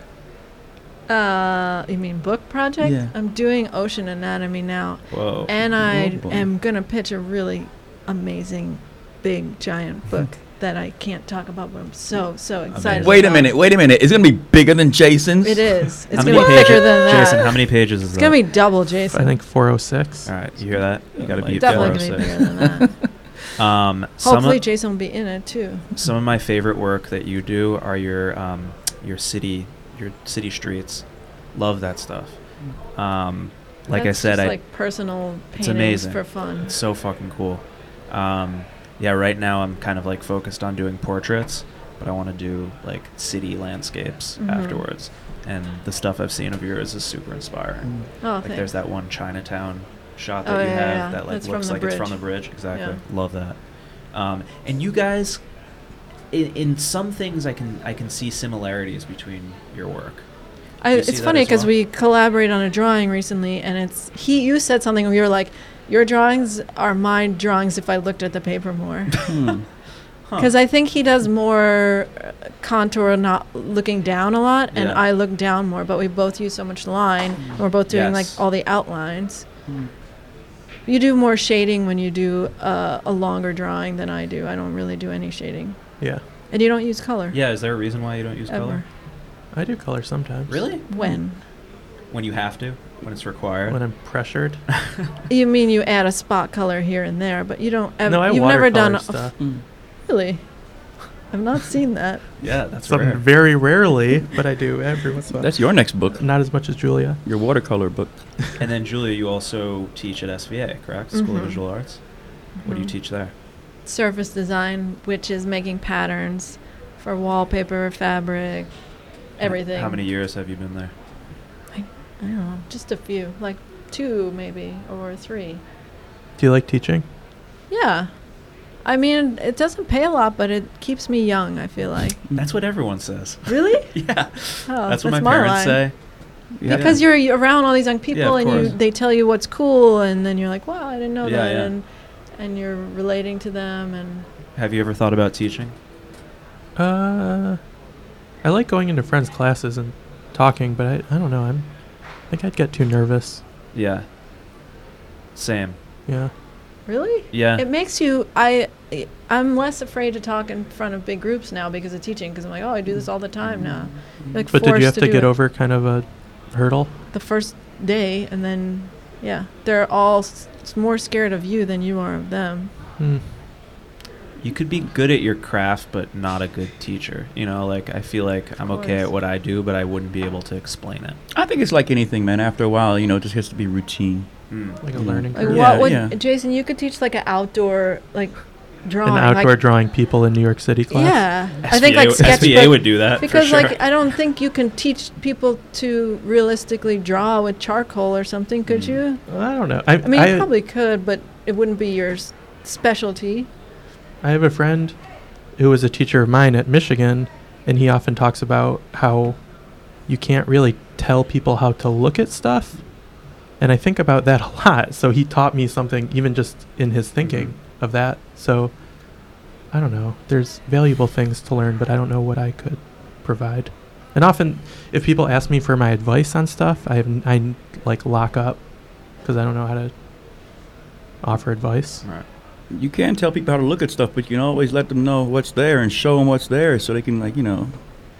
Uh, you mean book project? Yeah. I'm doing Ocean Anatomy now, Whoa. and I boy. am going to pitch a really amazing, big, giant book that I can't talk about, but I'm so so excited. Wait a about. minute. Wait a minute. It's gonna be bigger than Jason's. It is. It's How going many to be bigger pages- than that. Jason, how many pages is it's that? going to be double, I Jason. think 406. All right, you hear that? You got to Oh my beat Definitely going to 406. be bigger than that. Um, some Hopefully, of, Jason will be in it too. some of my favorite work that you do are your um, your city your city streets. Love that stuff. Um, like That's I said, just I like personal paintings amazing. for fun. it's so fucking cool. Um, yeah, right now I'm kind of like focused on doing portraits, but I want to do like city landscapes Mhm. afterwards. And the stuff I've seen of yours is super inspiring. Oh, Like there's thanks. that one Chinatown shot Oh, that you yeah, have yeah. that like That's from looks the like it's from the bridge. Exactly. Yeah. Love that. Um, and you guys, in, in some things, I can I can see similarities between your work. I, you see it's that funny as because well? we collaborated on a drawing recently, and it's he. You said something where you were like, "Your drawings are my drawings if I looked at the paper more," Hmm. because I think he does more uh, contour, not looking down a lot, and Yeah. Hmm. I look down more. But we both use so much line, and we're both doing Yes. Hmm. like all the outlines. You do more shading when you do uh, a longer drawing than I do. I don't really do any shading, Yeah. and you don't use color. Yeah. Is there a reason why you don't use Ever. color? I do color sometimes. Really? When? When you have to? When it's required? When I'm pressured. You mean you add a spot color here and there, but you don't ever. no, I Um, you've never watercolor done a- stuff. really. I've not seen that. yeah, that's Some rare. very rarely, but I do every once in a while. That's your next book. Not as much as Julia. Your watercolor book. And then Julia, you also teach at SVA, correct? School of Mhm. Visual Arts. What do you Mhm. teach there? Surface design, which is making patterns for wallpaper, fabric, everything. How many years have you been there? I don't know, just a few, like two maybe or three. Do you like teaching? Yeah. I mean, it doesn't pay a lot, but it keeps me young. I feel like. That's what everyone says. Really? yeah, Oh, that's what my my parents line. say. Yeah. because you're around all these young people of and you course. they tell you what's cool and then you're like wow i didn't know Yeah, that yeah. and and you're relating to them and Have you ever thought about teaching? Uh, I like going into friends' classes and talking, but I, I don't know. I'm, I think I'd get too nervous. Yeah. Same. Yeah. really Yeah. it makes you i i'm less afraid to talk in front of big groups now because of teaching because i'm like oh i do this all the time now like Mm-hmm. But did forced you have to, do get it over kind of a hurdle? the first day and then yeah they're all s- s- more scared of you than you are of them Hmm. you could be good at your craft, but not a good teacher. You know, like I feel like I'm okay course. at what I do, but I wouldn't be able to explain it. I think it's like anything, man. After a while, you know, it just has to be routine. Like a Yeah. learning like curve. Yeah, what would yeah. jason you could teach like an outdoor like An drawing like- outdoor drawing people in New York City class. yeah i think like SBA SBA sketchbook would do that for because sure. like i don't think you can teach people to realistically draw with charcoal or something could Mm. you I don't know. I, i mean I, you probably could but it wouldn't be your s- specialty I have a friend who was a teacher of mine at Michigan, and he often talks about how you can't really tell people how to look at stuff. And I think about that a lot. So he taught me something, even just in his thinking of that. So I don't know. There's valuable things to learn, but I don't know what I could provide. And often, if people ask me for my advice on stuff, I have, n- I n- like lock up because I don't know how to offer advice. You can tell people how to look at stuff, but you can always let them know what's there and show them what's there, so they can like you know,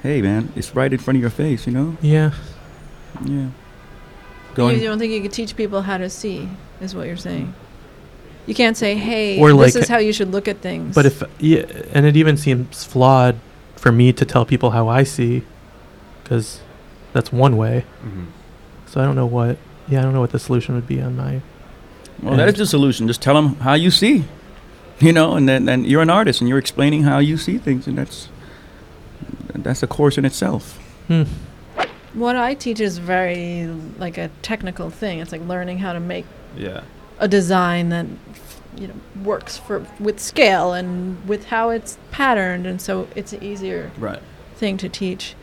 hey man, it's right in front of your face, you know. Yeah, Yeah. You, Going. don't think you could teach people how to see, is what you're saying. You can't say, hey, Mm. Or this like- is how you should look at things. But if yeah, and it even seems flawed for me to tell people how I see, because that's one way. Mm-hmm. So I don't know what. Yeah, I don't know what the solution would be on my. Well, that is the solution. Just tell them how you see, you know, and then and you're an artist and you're explaining how you see things, and that's that's a course in itself. Hmm. what I teach is very like a technical thing. It's like learning how to make Yeah. a design that you know works for with scale and with how it's patterned, and so it's an easier Right. thing to teach.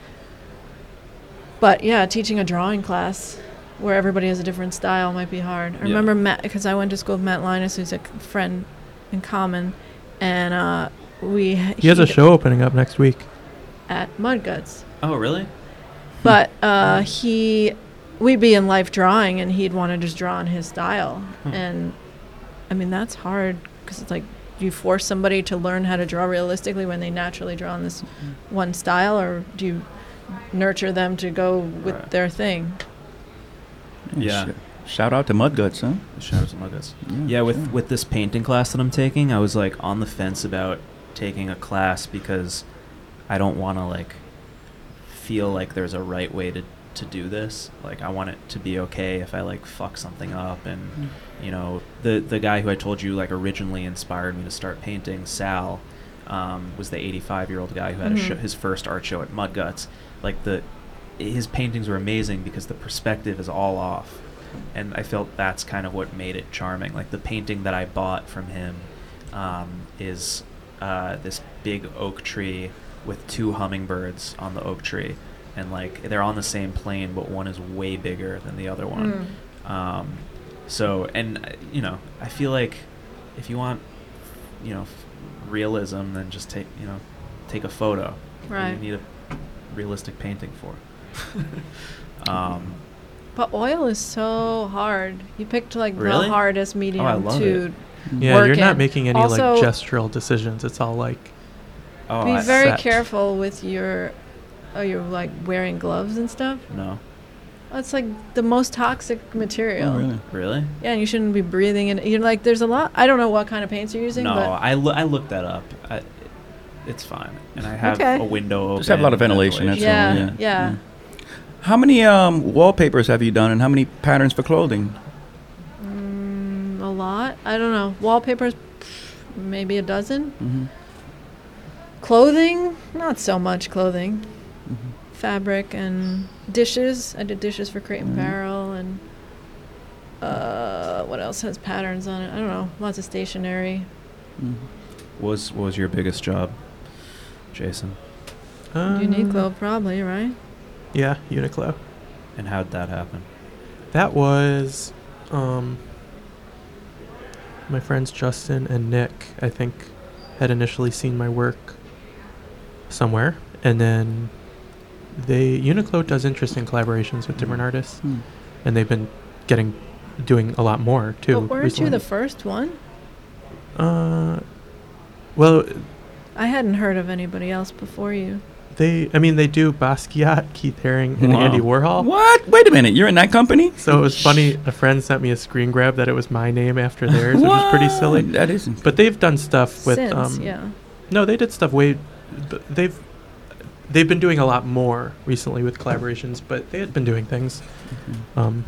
But yeah, teaching a drawing class where everybody has a different style might be hard. I remember Matt because I went to school with Matt Linus, who's a c- friend in common, and uh, we He has a show opening up next week. at Mudguts. Oh, really? But uh, he, we'd be in life drawing, and he'd want to just draw in his style. Hmm. And I mean, that's hard because it's like do you force somebody to learn how to draw realistically when they naturally draw in this Hmm. one style, or do you nurture them to go with Right. their thing? Oh, Yeah. Sh- shout out to Mudguts, huh? Shadows and Locusts. Yeah, with with this painting class that I'm taking, I was like on the fence about taking a class because I don't want to like feel like there's a right way to to do this. Like I want it to be okay if I like fuck something up and you know, the the guy who I told you like originally inspired me to start painting, Sal, um, was the 85-year-old guy who had a Mhm. show, his first art show at Mudguts. Like the his paintings were amazing because the perspective is all off and I felt that's kind of what made it charming. Like the painting that I bought from him um, is uh, this big oak tree with two hummingbirds on the oak tree, and like they're on the same plane, but one is way bigger than the other Mm. one. Um, so, and uh, you know, I feel like if you want, you know, f- realism, then just take you know, take a photo. Right. You need a realistic painting for. it. um, But oil is so hard. You picked like Really? Oh, the hardest medium love to it. Yeah, Work you're not in. making any like Also- gestural decisions. It's all like oh, be I- very set. careful with your. Oh, you're like wearing gloves and stuff. no, That's like the most toxic material. Oh, really? really. Yeah, and you shouldn't be breathing in. You're like, there's a lot. I don't know what kind of paints you're using, No, but I, loo- I looked that up. I, it's fine, and I have Okay. a window open. Just have a lot of ventilation, that's yeah, all, yeah, yeah, How many um, wallpapers have you done, and how many patterns for clothing? Mm, a lot. I don't know. Wallpapers, pff, maybe a dozen. Mhm. Clothing, not so much clothing. Fabric and dishes. I did dishes for Crate and Mhm. Barrel, and uh, what else has patterns on it? I don't know. Lots of stationery. What was what was your biggest job, Jason? um, Uniqlo, probably right. Yeah, Uniqlo. And how'd that happen? That was um, my friends Justin and Nick, I think, had initially seen my work somewhere. And then they Uniqlo does interesting collaborations with different artists Hmm. and they've been getting doing a lot more too. But weren't you recently. the first one? uh well I hadn't heard of anybody else before you. they I mean they do Basquiat, Keith Haring and Wow. Andy Warhol. What? Wait a minute, you're in that company? So it was funny a friend sent me a screen grab that it was my name after theirs, which was pretty silly. What? That isn't. But they've done stuff with Since, um, yeah. no, they did stuff way. b- They've they've been doing a lot more recently with collaborations, but they had been doing things um,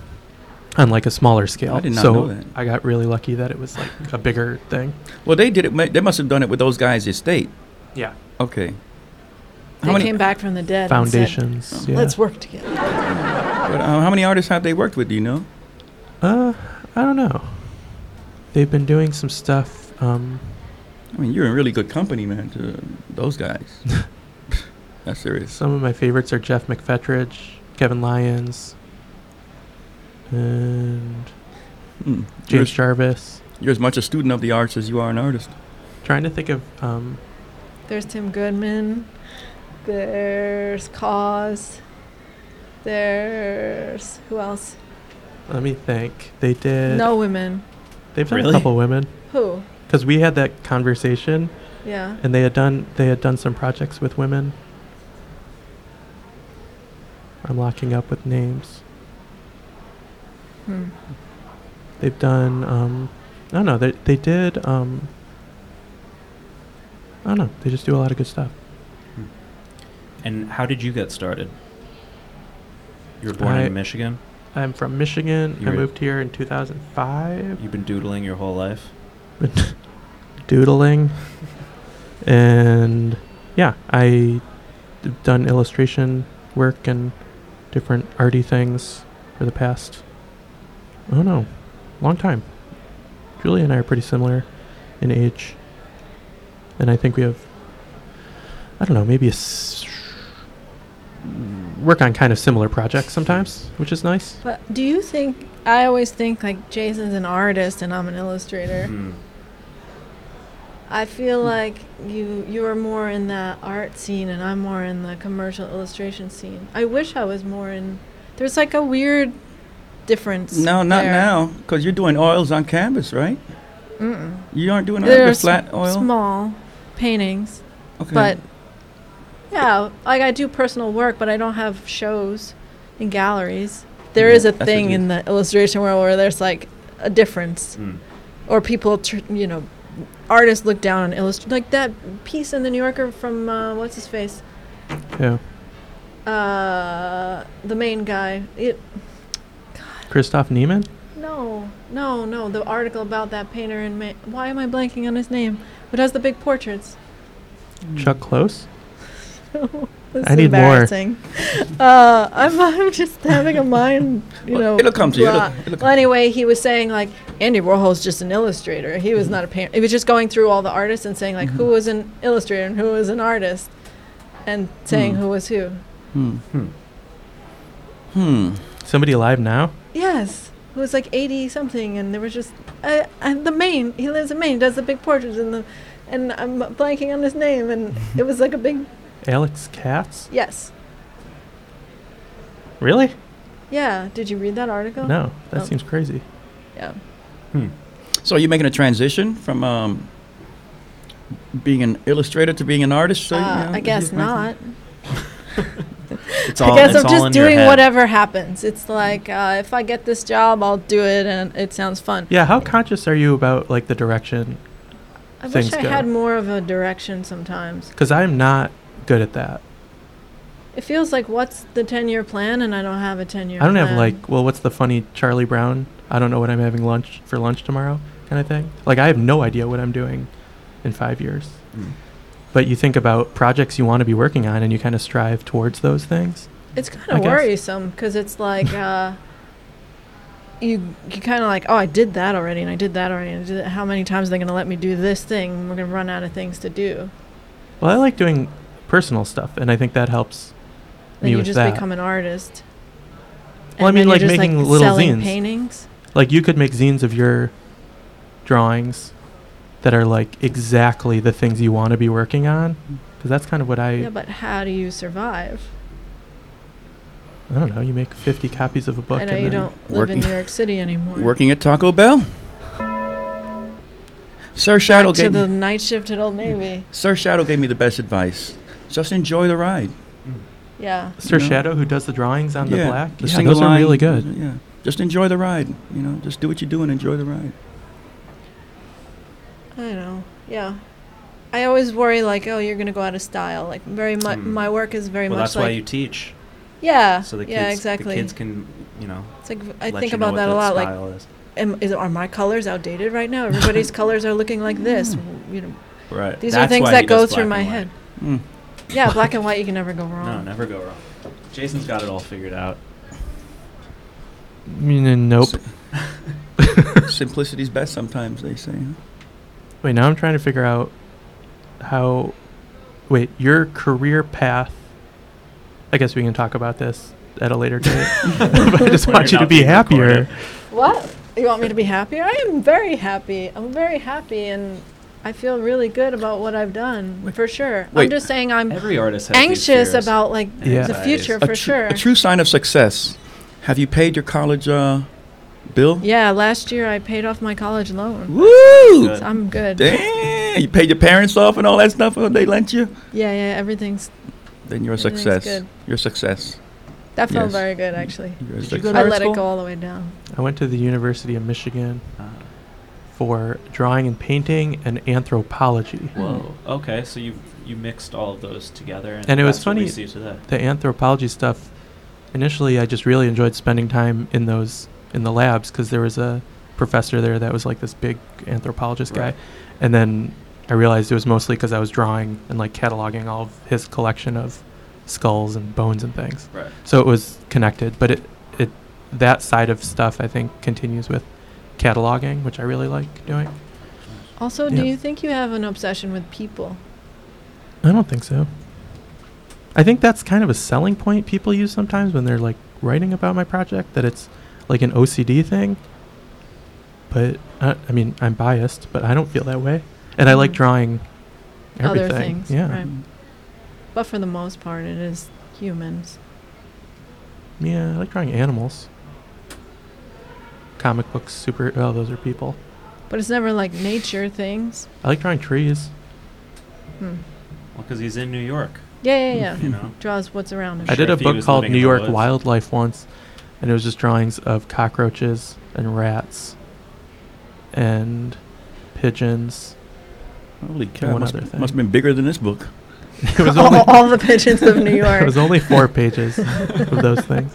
on like a smaller scale. Mm-hmm. I did not so know that. I got really lucky that it was like a bigger thing. Well, they did it. ma- They must have done it with those guys' estate. Yeah, Okay. How They many? came back from the dead. and said, foundations. Oh. yeah. Let's work together. but, uh, how many artists have they worked with? Do you know? uh, I don't know. They've been doing some stuff. Um, I mean, you're in really good company, man. To those guys. That's serious. some of my favorites are Jeff McFetridge, Kevin Lyons, and Hmm. You're, James Jarvis. you're as much a student of the arts as you are an artist. Trying to think of um, There's Tim Goodman. There's Cause. There's who else? let me think. They did. No women. They've done Really? a couple women Who? because we had that conversation, Yeah. and they had done they had done some projects with women. I'm locking up with names. Hmm. They've done. Um, I don't know. They they did. Um, I don't know. They just do a lot of good stuff. And how did you get started? You were born I- in Michigan. I'm from Michigan. You I were- moved here in 2005. You've been doodling your whole life. Doodling, and yeah, I d- done illustration work and different arty things for the past. I don't know, long time. Julie and I are pretty similar in age, and I think we have. I don't know, maybe a s- work on kind of similar projects sometimes, which is nice. But do you think? I always think like Jason's an artist and I'm an illustrator. Hmm. I feel like you you are more in the art scene and I'm more in the commercial illustration scene. I wish I was more in. There's like a weird difference. No, not there. now, because you're doing oils on canvas, right? Mm-mm. You aren't doing They're the s- flat oil. Small paintings, okay. but yeah, like I do personal work, but I don't have shows in galleries. There Yeah, is a Mm-hmm. that's what thing you- in the illustration world where there's like a difference. Hmm. or people, tr- you know, artists look down on illustrators. Like that piece in the New Yorker from uh, what's his face, Yeah, uh, the main guy. It Christoph Neiman. no, no, no. The article about that painter in May. Why am I blanking on his name? Who does the big portraits? Chuck Close. This I is need more. embarrassing. uh, I'm, I'm just having a mind, you Well, know. it'll come to you. It'll, blah. it'll come. Well, anyway, he was saying like Andy Warhol's just an illustrator. He Mm-hmm. was not a painter. He was just going through all the artists and saying like who was an illustrator and who was an artist, and saying Hmm. who was who. Hmm. Hmm. Hmm. Somebody alive now? Yes, who was like eighty something, and there was just uh, and the Maine. He lives in Maine, does the big portraits and the, and I'm blanking on his name, and it was like a big Alex Katz? yes, Really? yeah. Did you read that article? No, that Oh. seems crazy. Yeah. So you're making a transition from um, being an illustrator to being an artist. So you Uh, know, I guess you're making- not. It's I all, guess it's I'm all just in your doing head. whatever happens. It's like uh, if I get this job, I'll do it, and it sounds fun. Yeah, how conscious are you about like the direction? I wish Things I go. had more of a direction sometimes. Cuz I'm not good at that. It feels like what's the ten-year plan, and I don't have a ten-year. I don't have plan. like, well, what's the funny Charlie Brown? I don't know what I'm having lunch for lunch tomorrow kind of thing. Like I have no idea what I'm doing in 5 years. Mm. But you think about projects you want to be working on and you kind of strive towards those things. It's kind I of guess. worrisome because it's like uh, you you kind of like, oh, I did that already, and I did that already. And I did that. How many times are they going to let me do this thing? We're going to run out of things to do. Well, I like doing personal stuff and I think that helps. Then Me you with just that. become an artist. Well, I mean, And then you're like, just, making little selling zines. paintings. Like you could make zines of your drawings that are like exactly the things you want to be working on, because that's kind of what I. Yeah, but how do you survive? I don't know. You make fifty copies of a book. I know and uh, you then- don't live working- in New York City anymore. Working at Taco Bell. Sir Shadow Back to gave the night shift at Old Navy. Sir Shadow gave me the best advice. Just enjoy the ride. Yeah. Sir you know? Shadow, who does the drawings on the black. yeah, single those are really line, good. Yeah. Just enjoy the ride. You know, just do what you do and enjoy the ride. I know. Yeah. I always worry like, oh, you're gonna go out of style. Like very much, Hmm. my work is very Well, much that's why like you teach, yeah, so the kids, yeah, exactly. the kids can, you know. it's like I let think you know about what that a lot. Like, style is. am, is, are my colors outdated right now? Everybody's colors are looking like this. You know, right. these are Hmm. That's things why that he does go through black my and white. Hmm. head. Mm. Yeah, black and white, you can never go wrong. No, never go wrong. Jason's got it all figured out. Mm, n- Nope. Simplicity's best sometimes, they say. huh? Wait, now I'm trying to figure out how. Wait, your career path. I guess we can talk about this at a later date. but I just want you to be happier. What? You want me to be happier? I am very happy. I'm very happy and I feel really good about what I've done, for sure. I'm Wait. just saying I'm Every artist has these anxious fears. about like Yeah. the future a, for tru- sure. a true sign of success. Have you paid your college uh, bill? Yeah, last year I paid off my college loan. Woo! So I'm good. Yeah, Damn! You paid your parents off and all that stuff uh, they lent you? yeah, everything's Then you're a Everything's success. good. You're a success. that felt Yes. very good actually. You're a Did you success. go to I art let school? it go all the way down. I went to the University of Michigan Ah. for drawing and painting and anthropology. Whoa. Okay, so you you mixed all of those together, and, And it was that's what we funny- see today. The anthropology stuff, initially, I just really enjoyed spending time in those in the labs because there was a professor there that was like this big anthropologist Right. guy, and then I realized it was mostly because I was drawing and like cataloging all of his collection of skulls and bones and things. Right. so it was connected but it it that side of stuff i think continues with cataloging which i really like doing Also, Yeah. do you think you have an obsession with people? i don't think so i think that's kind of a selling point people use sometimes when they're like writing about my project that it's like an ocd thing but i, I mean i'm biased but i don't feel that way and i like Mhm. drawing everything Other things. yeah Right. But for the most part it is humans. yeah i like drawing animals comic books super oh those are people But it's never like nature things. i like drawing trees Hmm. Well, because he's in New York, Yeah, yeah, Hmm. yeah. you know. Draws what's around him. I sure did a if he book was called living New in the York woods. Wildlife once, and it was just drawings of cockroaches and rats and pigeons. Holy One cow. Must, other thing. must have been bigger than this book. It was all, only all the pigeons of New it York. was only four pages of those things.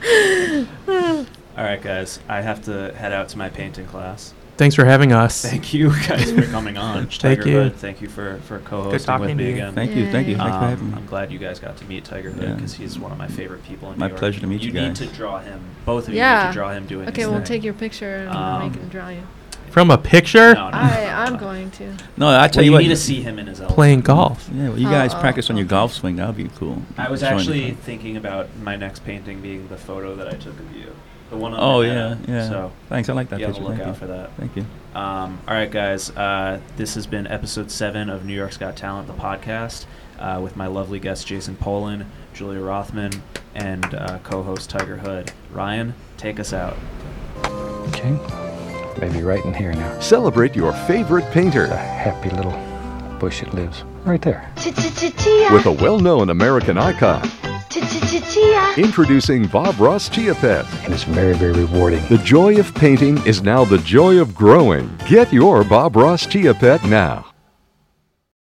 All right, guys, I have to head out to my painting class. Thanks for having us. Thank you guys for coming on. Tiger you. Hood, thank you for for co-hosting talking with to me you. again. Thank you. Thank you. Yay. Thanks for Um, having me. I'm glad you guys got to meet Tiger Hood Yeah. because he's one of my favorite people in My New York. pleasure to meet you guys. You need to draw him. Both of you need Yeah. to draw him doing Okay, his we'll thing. take your picture and Um, make him draw you. From a picture, No, no, I, no, no, I'm no. going to. No, I Well, tell you, you what. need to see him in his element. playing golf. Yeah, well, you Oh, guys oh, practice on your okay. golf swing. That would be cool. I was Showing actually your- thinking about my next painting being the photo that I took of you, the one on Oh, my yeah. head. Yeah. So Thanks. I like that be on the picture. Thank you. lookout for that. Thank you. Um, all right, guys. Uh, this has been episode seven of New York's Got Talent, the podcast, uh, with my lovely guests Jason Polin, Julia Rothman, and uh, co-host Tiger Hood. Ryan, take us out. Okay. Maybe right in here now. Celebrate your favorite The painter happy little bush it lives. Right there. with a well known American icon. Introducing Bob Ross Chiapet. And it's very, very rewarding. The joy of painting is now the joy of growing. Get your Bob Ross Chia Pet now.